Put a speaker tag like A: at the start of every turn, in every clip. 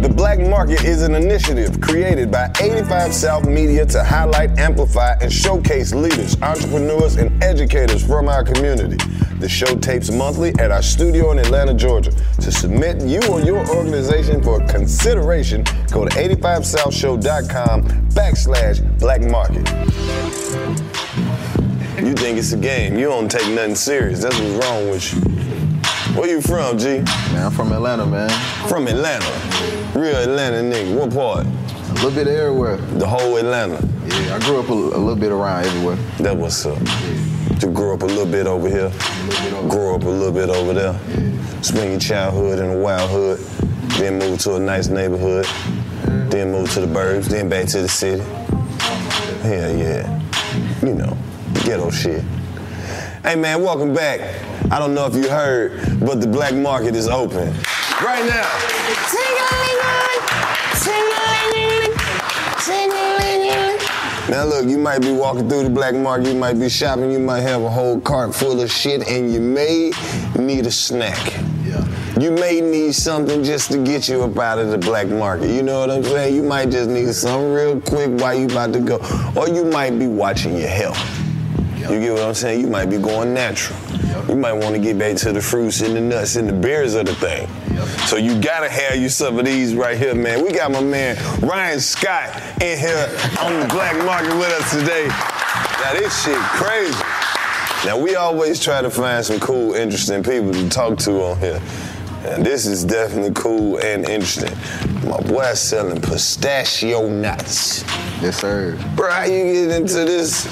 A: The Black Market is an initiative created by 85 South Media to highlight, amplify, and showcase leaders, entrepreneurs, and educators from our community. The show tapes monthly at our studio in Atlanta, Georgia. To submit you or your organization for consideration, go to 85southshow.com backslash black market. You think it's a game. You don't take nothing serious. That's what's wrong with you. Where you from, G?
B: Man, I'm from Atlanta, man.
A: From Atlanta. Real Atlanta nigga. What part?
B: A little bit everywhere.
A: The whole Atlanta.
B: Yeah, I grew up a, a little bit around everywhere.
A: That what's up. You grew up a little bit over here. Grew up a little bit over there. Spend your childhood in the wild hood. Then move to a nice neighborhood. Then move to the burbs. Then back to the city. Hell yeah. You know, ghetto shit. Hey man, welcome back. I don't know if you heard, but the black market is open right now. Now look, you might be walking through the black market, you might be shopping, you might have a whole cart full of shit, and you may need a snack. You may need something just to get you up out of the black market. You know what I'm saying? You might just need something real quick while you about to go. Or you might be watching your health. You get what I'm saying? You might be going natural. You might want to get back to the fruits and the nuts and the berries of the thing. So you gotta have you some of these right here, man. We got my man Ryan Scott in here on the black market with us today. Now this shit crazy. Now we always try to find some cool, interesting people to talk to on here. And this is definitely cool and interesting. My boy selling pistachio nuts.
B: Yes, sir.
A: Bro, how you get into this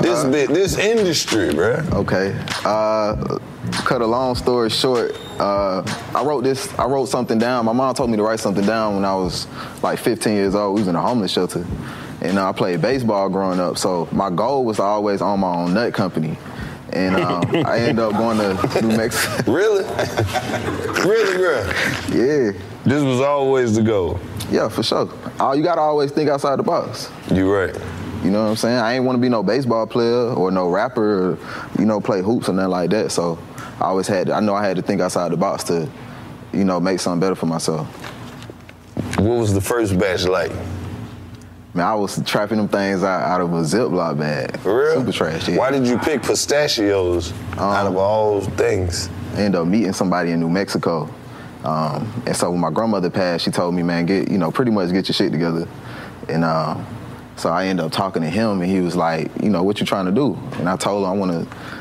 A: this
B: Uh-huh.
A: bit, this industry, bro?
B: Okay. Uh, cut a long story short, uh, I wrote this. I wrote something down. My mom told me to write something down when I was like 15 years old. We was in a homeless shelter, and uh, I played baseball growing up. So my goal was to always own my own nut company. And um, I ended up going to New Mexico.
A: Really? really, bro?
B: yeah,
A: This was always the goal.
B: yeah, for sure. Uh, you gotta always think outside the box.
A: You right.
B: You know what I'm saying? I ain't want to be no baseball player or no rapper, or, you know, play hoops or nothing like that. So I always had, I know I had to think outside the box to, you know, make something better for myself.
A: What was the first batch like?
B: Man, I was trapping them things out, out of a Ziploc bag.
A: For real?
B: Super trash. Yeah. Um,
A: Why did you pick pistachios out of all things?
B: I ended up meeting somebody in New Mexico. Um, and so when my grandmother passed, she told me, man, get, you know, pretty much get your shit together. And um, so I ended up talking to him and he was like, you know, what you trying to do? And I told him I want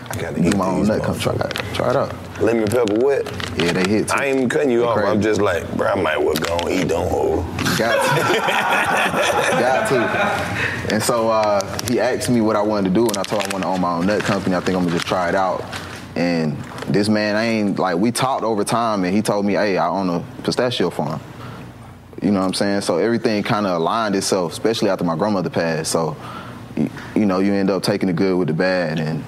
A: I
B: to
A: gotta
B: do
A: eat
B: my own
A: these
B: nut. Come try, try it out.
A: Lemon pepper wet.
B: Yeah, they hit too.
A: I ain't even cutting you off.
B: crazy.
A: I'm just like, bro, I might well go and eat don't hold.
B: Got to. Got to. And so uh, he asked me what I wanted to do, and I told him I want to own my own nut company. I think I'm gonna just try it out. And this man, I ain't like we talked over time, and he told me, "Hey, I own a pistachio farm." You know what I'm saying? So everything kind of aligned itself, especially after my grandmother passed. So, you, you know, you end up taking the good with the bad, and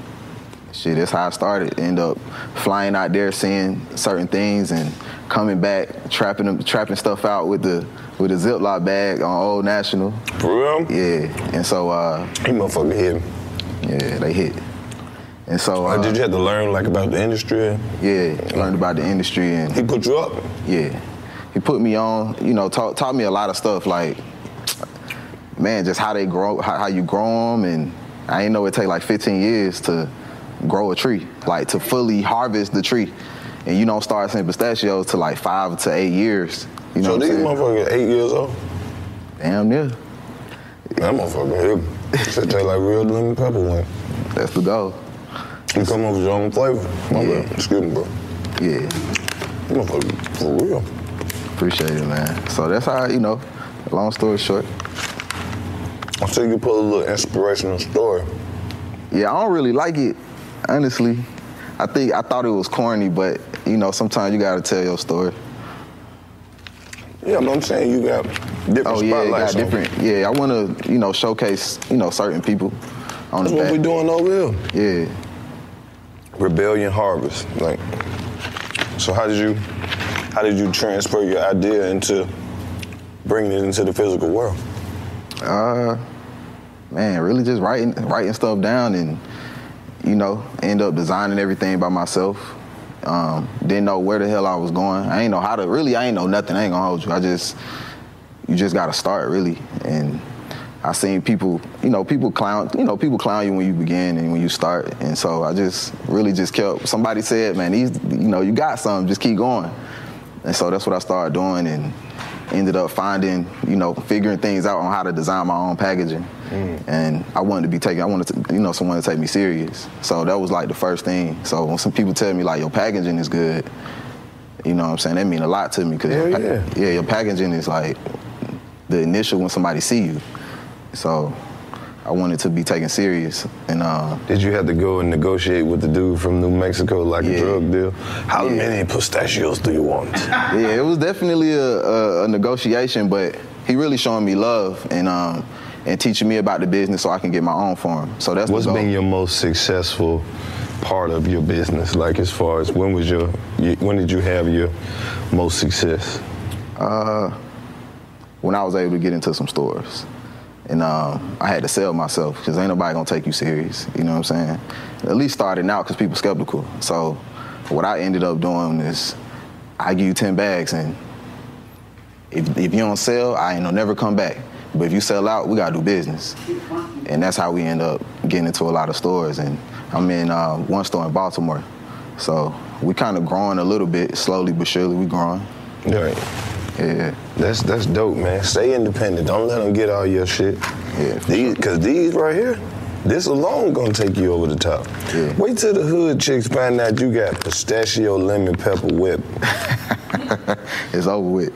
B: shit, that's how I started. End up flying out there, seeing certain things, and coming back, trapping them, trapping stuff out with the with the Ziploc bag on Old National.
A: For real?
B: Yeah, and so uh,
A: He motherfucker hit me.
B: yeah, they hit. And so
A: Or
B: uh,
A: Oh, did you have to learn like about the industry?
B: yeah, learned about the industry and
A: He put you up.
B: yeah, he put me on. You know, taught taught me a lot of stuff. Like, man, just how they grow, how, how you grow them, and I ain't know it take like 15 years to grow a tree, like to fully harvest the tree, and you don't start seeing pistachios to like five to eight years. You know,
A: so
B: what
A: these
B: I'm saying?
A: motherfuckers eight years old.
B: damn near.
A: That motherfucker hit. Shit taste like real lemon pepper one.
B: That's the goal.
A: You come up with your own flavor. My
B: Yeah.
A: bad. Excuse me, bro.
B: Yeah,
A: You motherfucker for real.
B: appreciate it, man. So that's how you know. Long story short,
A: I see you put a little inspirational story.
B: Yeah, I don't really like it, honestly. I think I thought it was corny, but you know, sometimes you gotta tell your story.
A: Yeah, but I'm saying you got different
B: Oh yeah, it got
A: spotlights. on.
B: different. Yeah, I wanna you know showcase you know certain people on
A: That's
B: the
A: what we
B: back.
A: doing over here.
B: Yeah,
A: Rebellion Harvest. Like, so how did you, how did you transfer your idea into bringing it into the physical world?
B: man, really just writing writing stuff down and you know end up designing everything by myself. Um, didn't know where the hell I was going. I ain't know how to really. I ain't know nothing. I ain't gonna hold you. I just you just gotta start really. And I seen people, you know, people clown, you know, people clown you when you begin and when you start. And so I just really just kept. Somebody said, man, these, you know, you got some. Just keep going. And so that's what I started doing and ended up finding, you know, figuring things out on how to design my own packaging.
A: Mm.
B: And I wanted to be taken, I wanted to, you know, someone to take me serious. So that was like the first thing. So when some people tell me like your packaging is good, you know what I'm saying? That mean a lot to me because
A: Hell
B: your,
A: yeah.
B: yeah, your packaging is like the initial when somebody see you. So I wanted to be taken serious and uh,
A: Did you have to go and negotiate with the dude from New Mexico like
B: Yeah.
A: a drug deal? How many pistachios do you want?
B: yeah, it was definitely a, a, a negotiation, but he really showing me love and um, and teaching me about the business so I can get my own farm. So that's
A: What's
B: the goal.
A: been your most successful part of your business? Like as far as when was your, you- when did you have your most success?
B: when I was able to get into some stores. And um, I had to sell myself because ain't nobody gonna take you serious. You know what I'm saying? At least starting out because people skeptical. So what I ended up doing is I give you 10 bags and if, if you don't sell, I ain't gonna never come back. But if you sell out, we gotta do business. And that's how we end up getting into a lot of stores. And I'm in uh, one store in Baltimore. So we kind of growing a little bit, slowly but surely we growing.
A: Right.
B: Yeah.
A: That's that's dope, man. Stay independent. Don't let them get all your shit.
B: Yeah.
A: These, cause these right here, this alone gonna take you over the top.
B: Yeah.
A: Wait till the hood chicks find out you got pistachio lemon pepper whip.
B: It's over with.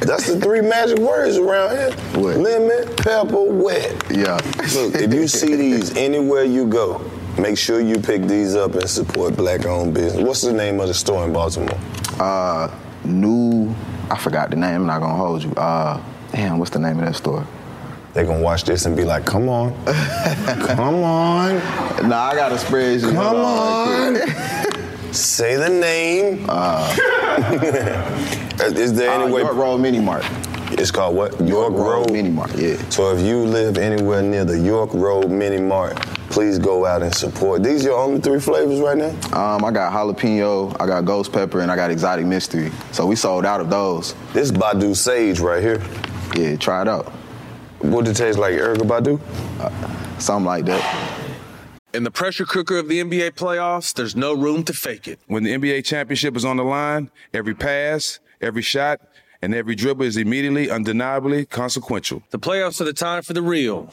A: That's the three magic words around here.
B: Whip.
A: Lemon pepper whip.
B: Yeah.
A: Look, if you see these anywhere you go, make sure you pick these up and support black-owned business. What's the name of the store in Baltimore?
B: uh, new, I forgot the name. I'm not gonna hold you. Uh, damn, what's the name of that store?
A: They gonna watch this and be like, "Come on, come on,
B: Nah, I got a spreadsheet.
A: come
B: Hold right
A: on."
B: quick.
A: Say the name. Is there
B: Uh,
A: any way?
B: York Road Mini Mart.
A: It's called what? York, Road.
B: Mini Mart. Yeah.
A: So if you live anywhere near the York Road Mini Mart, please go out and support. These your only three flavors right now.
B: Um, I got jalapeno, I got ghost pepper, and I got exotic mystery. So we sold out of those.
A: This Badu Sage right here.
B: Yeah, try it out.
A: What it taste like, Erica Badu?
B: Something like that.
C: In the pressure cooker of the NBA playoffs, there's no room to fake it.
D: When the NBA championship is on the line, every pass, every shot, and every dribble is immediately, undeniably consequential.
C: The playoffs are the time for the real.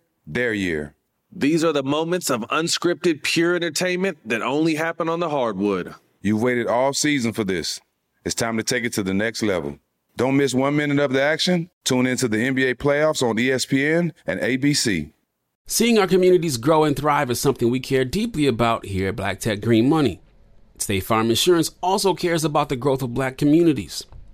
D: their year?
C: These are the moments of unscripted, pure entertainment that only happen on the hardwood.
D: You've waited all season for this. It's time to take it to the next level. Don't miss one minute of the action. Tune into the NBA playoffs on E ESPN and ABC.
E: Seeing our communities grow and thrive is something we care deeply about here at Black Tech Green Money. State Farm Insurance also cares about the growth of black communities.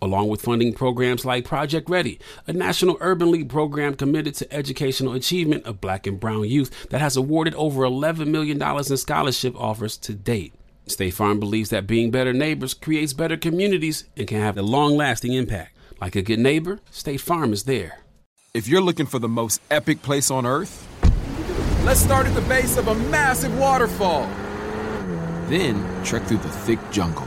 E: along with funding programs like Project Ready, a national urban league program committed to educational achievement of black and brown youth that has awarded over $11 million in scholarship offers to date. State Farm believes that being better neighbors creates better communities and can have a long lasting impact. Like a good neighbor, State Farm is there.
F: If you're looking for the most epic place on earth, let's start at the base of a massive waterfall. Then trek through the thick jungle.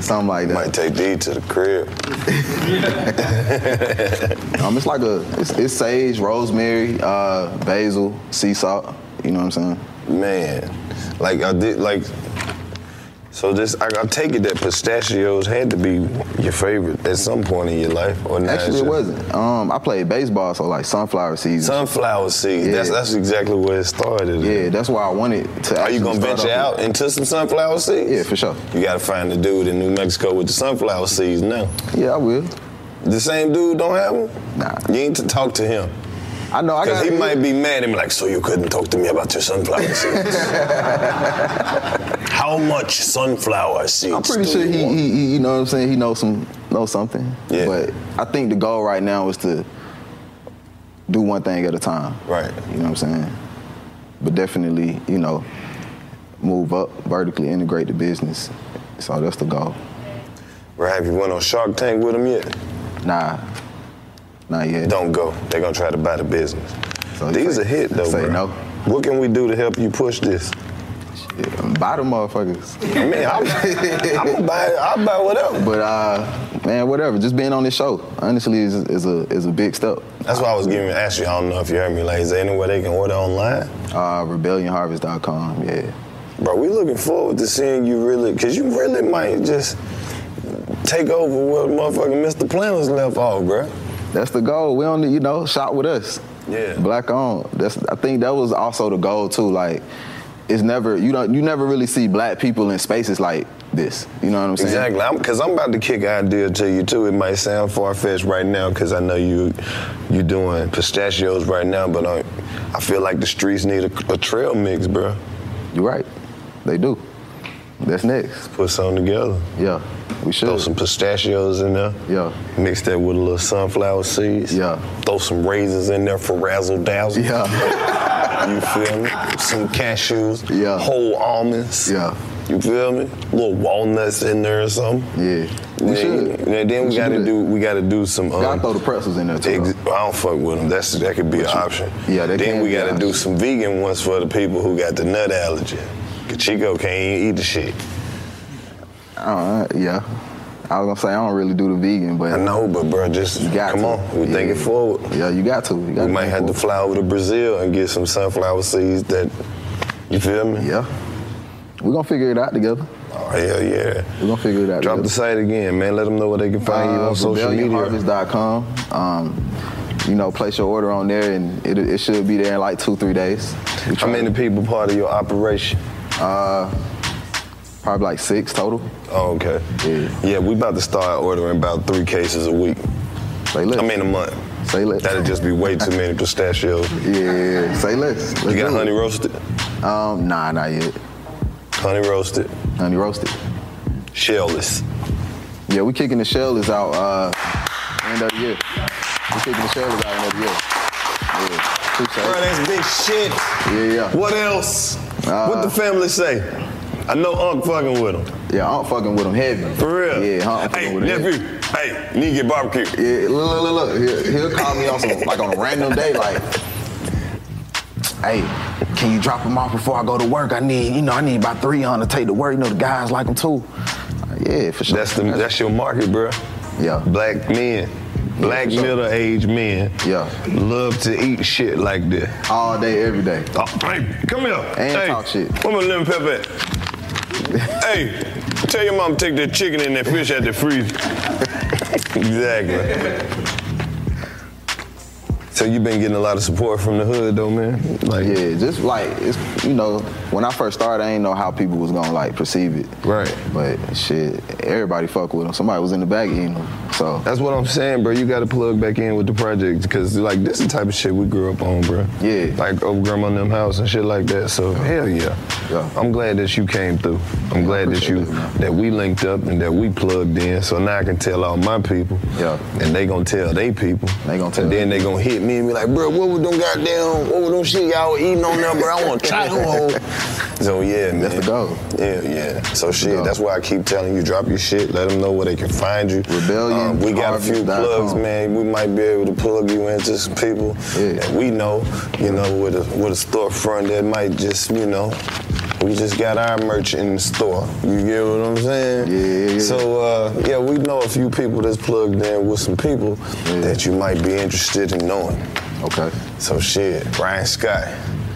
B: Something like that.
A: Might take D to the crib.
B: Um, it's like a it's, it's sage, rosemary, uh, basil, sea salt. You know what I'm saying?
A: Man, like I did, like, so this, I, I take it that pistachios had to be your favorite at some point in your life, or not?
B: Actually, it wasn't. Um, I played baseball, so like sunflower seeds.
A: Sunflower seed. That's
B: Yeah.
A: that's exactly where it started.
B: yeah, that's why I wanted to.
A: Are you
B: actually
A: gonna
B: start
A: venture
B: off
A: out into some sunflower seeds?
B: with- Yeah, for sure.
A: You gotta find the dude in New Mexico with the sunflower seeds now.
B: Yeah, I will.
A: The same dude don't have them?
B: Nah.
A: You need to talk to him.
B: I know. I
A: Because
B: got.
A: he might be mad and be like, so you couldn't talk to me about your sunflower seeds. How much sunflower seeds?
B: I'm pretty
A: do
B: sure
A: you
B: he,
A: want?
B: he, he, you know what I'm saying. He knows some, knows something.
A: Yeah.
B: But I think the goal right now is to do one thing at a time.
A: Right.
B: You know what I'm saying? But definitely, you know, move up, vertically integrate the business. So that's the goal.
A: Right, have you went on Shark Tank with him yet?
B: Nah, not yet.
A: Don't go. They're gonna try to buy the business.
B: So you
A: These
B: say-
A: are hit though.
B: say
A: bro.
B: no.
A: What can we do to help you push this?
B: Yeah, buy them motherfuckers.
A: I mean, I'm, I'm gonna buy. I'll buy whatever.
B: But uh, man, whatever. Just being on this show, honestly, is, is a is a big step.
A: That's why I was giving ask you. I don't know if you heard me. Like, is there anywhere they can order online?
B: Uh, RebellionHarvest.com. Yeah.
A: Bro, we looking forward to seeing you really, cause you really might just take over what motherfucking Mr. Planners left off, bro.
B: That's the goal. We only, you know, shot with us.
A: Yeah.
B: Black on. That's I think that was also the goal too. Like, it's never you don't you never really see black people in spaces like this. You know what I'm saying?
A: Exactly, I'm, cause I'm about to kick an idea to you too. It might sound far fetched right now, cause I know you you doing pistachios right now, but I, I feel like the streets need a, a trail mix, bro.
B: You're right. They do. That's next.
A: Put something together.
B: Yeah. We should.
A: Throw some pistachios in there.
B: Yeah.
A: Mix that with a little sunflower seeds.
B: Yeah.
A: Throw some raisins in there for razzle dazzle.
B: Yeah.
A: you feel me? Some cashews.
B: Yeah.
A: Whole almonds.
B: Yeah.
A: You feel me? little walnuts in there or something.
B: Yeah. We
A: Then-
B: should.
A: Then, then we,
B: should
A: gotta
B: that.
A: do we gotta do some. Um,
B: Gotta throw the pretzels in there too.
A: Ex-
B: though.
A: I don't fuck with them. That's that could be an option.
B: Yeah, that
A: then
B: can
A: we
B: be
A: gotta
B: an
A: do
B: option.
A: some vegan ones for the people who got the nut allergy. 'Cause Chico can't even eat the shit.
B: All right, Uh, yeah. I was gonna say I don't really do the vegan, but
A: I know, but bro, just
B: you got
A: come
B: to.
A: on. We
B: yeah.
A: think it forward.
B: Yeah, you got to. You got
A: We might have to fly over to Brazil and get some sunflower seeds that, you feel me?
B: Yeah. We're gonna figure it out together.
A: Oh, hell yeah.
B: We're gonna figure it out
A: Drop the
B: together.
A: site again, man. Let them know where they can find you
B: Uh,
A: on social media.
B: rebellionharvest.com. Um, you know, place your order on there, and it, it should be there in like two, three days.
A: How
B: We try-
A: many people part of your operation?
B: Uh, probably like six total.
A: Oh, okay.
B: Yeah.
A: yeah, we about to start ordering about three cases a week.
B: Say less.
A: I mean, a month.
B: say less.
A: That'd just be way too many pistachios.
B: yeah, yeah, yeah. say less. Let's
A: You got
B: do it.
A: honey roasted?
B: Um, nah, not yet.
A: Honey roasted,
B: Honey roasted.
A: shellless.
B: Yeah, we kicking the shell is out uh, end of the year. We kicking the shell is out end of the year. Yeah. Appreciate
A: Bro,
B: it.
A: that's big shit.
B: Yeah, yeah.
A: What else? what the family say? I know Unc fucking with him.
B: Yeah, I'm fucking with him heavy.
A: For real.
B: Yeah, I'm fucking
A: Hey,
B: with him. heavy.
A: nephew. Hey, need to get barbecue.
B: Yeah, look, look, look, look. He'll, he'll call me on some like on a random day, like, hey, can you drop him off before I go to work? I need, you know, I need about three on to take to work. You know, the guys like him too. Yeah, for sure.
A: That's the that's your market, bro.
B: Yeah.
A: Black men, black
B: Yeah, for sure.
A: middle-aged men.
B: Yeah.
A: Love to eat shit like this.
B: all day, every day.
A: Oh, hey, come here.
B: And
A: hey,
B: talk shit.
A: Where my lemon pepper at? hey, tell your mom to take that chicken and that fish out the freezer. exactly. So you've been getting a lot of support from the hood, though, man. Like,
B: Yeah, just like it's you know, when I first started, I didn't know how people was gonna like perceive it.
A: Right.
B: But shit, everybody fuck with him. Somebody was in the back eating him. So
A: That's what I'm saying, bro. You got to plug back in with the project because, like, this is the type of shit we grew up on, bro.
B: Yeah.
A: Like, over grandma and them house and shit like that. So, hell yeah.
B: Yeah.
A: I'm glad that you came through. I'm glad that
B: appreciate
A: you,
B: that, man.
A: that we linked up and that we plugged in. So now I can tell all my people.
B: Yeah.
A: And they gonna tell they people.
B: They gonna tell
A: And then they gonna hit me and be like, bro, what was them goddamn, what was them shit y'all eating on there, bro? I want to try them whole. So yeah, man.
B: That's the goal.
A: Yeah, yeah. So shit,
B: goal.
A: that's why I keep telling you, drop your shit. Let them know where they can find you.
B: Rebellion,
A: Um, we got a few
B: harvest.com.
A: plugs, man. We might be able to plug you into some people
B: Yeah.
A: that we know, you know, with a with a storefront that might just, you know, we just got our merch in the store. You get what I'm saying?
B: Yeah, yeah.
A: So uh, yeah, we know a few people that's plugged in with some people that you might be interested in knowing.
B: okay.
A: So shit, Ryan Scott,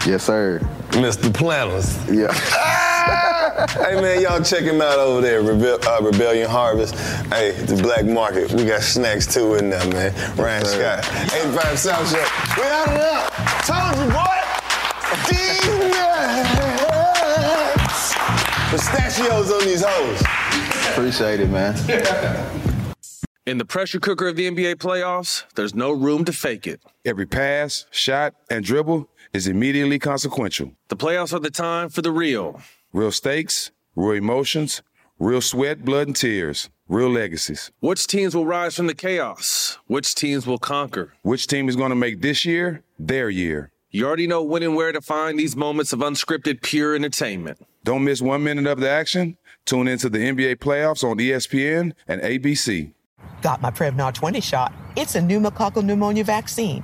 B: Yes, sir.
A: Mr. Planners.
B: Yeah.
A: hey man, y'all check him out over there, Rebe- uh, Rebellion Harvest. Hey, the Black Market. We got snacks too in there, man. Ryan
B: sir.
A: Scott, 85 South Show. We out and up. Told you, boy. D-nuts. Pistachios on these hoes.
B: Appreciate it, man.
C: In the pressure cooker of the NBA playoffs, there's no room to fake it.
D: Every pass, shot, and dribble is immediately consequential.
C: The playoffs are the time for the real.
D: Real stakes, real emotions, real sweat, blood, and tears, real legacies.
C: Which teams will rise from the chaos? Which teams will conquer?
D: Which team is going to make this year their year?
C: You already know when and where to find these moments of unscripted, pure entertainment.
D: Don't miss one minute of the action. Tune into the NBA playoffs on E ESPN and ABC.
G: got my Prevnar 20 shot. It's a pneumococcal pneumonia vaccine.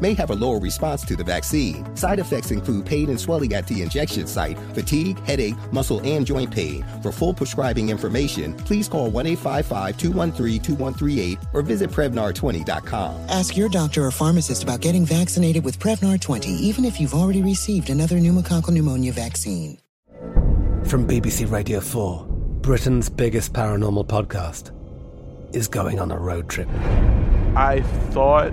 H: may have a lower response to the vaccine. Side effects include pain and swelling at the injection site, fatigue, headache, muscle, and joint pain. For full prescribing information, please call 1 855 213 2138 or visit Prevnar20.com.
I: Ask your doctor or pharmacist about getting vaccinated with Prevnar 20, even if you've already received another pneumococcal pneumonia vaccine.
J: From BBC Radio 4, Britain's biggest paranormal podcast is going on a road trip.
K: I thought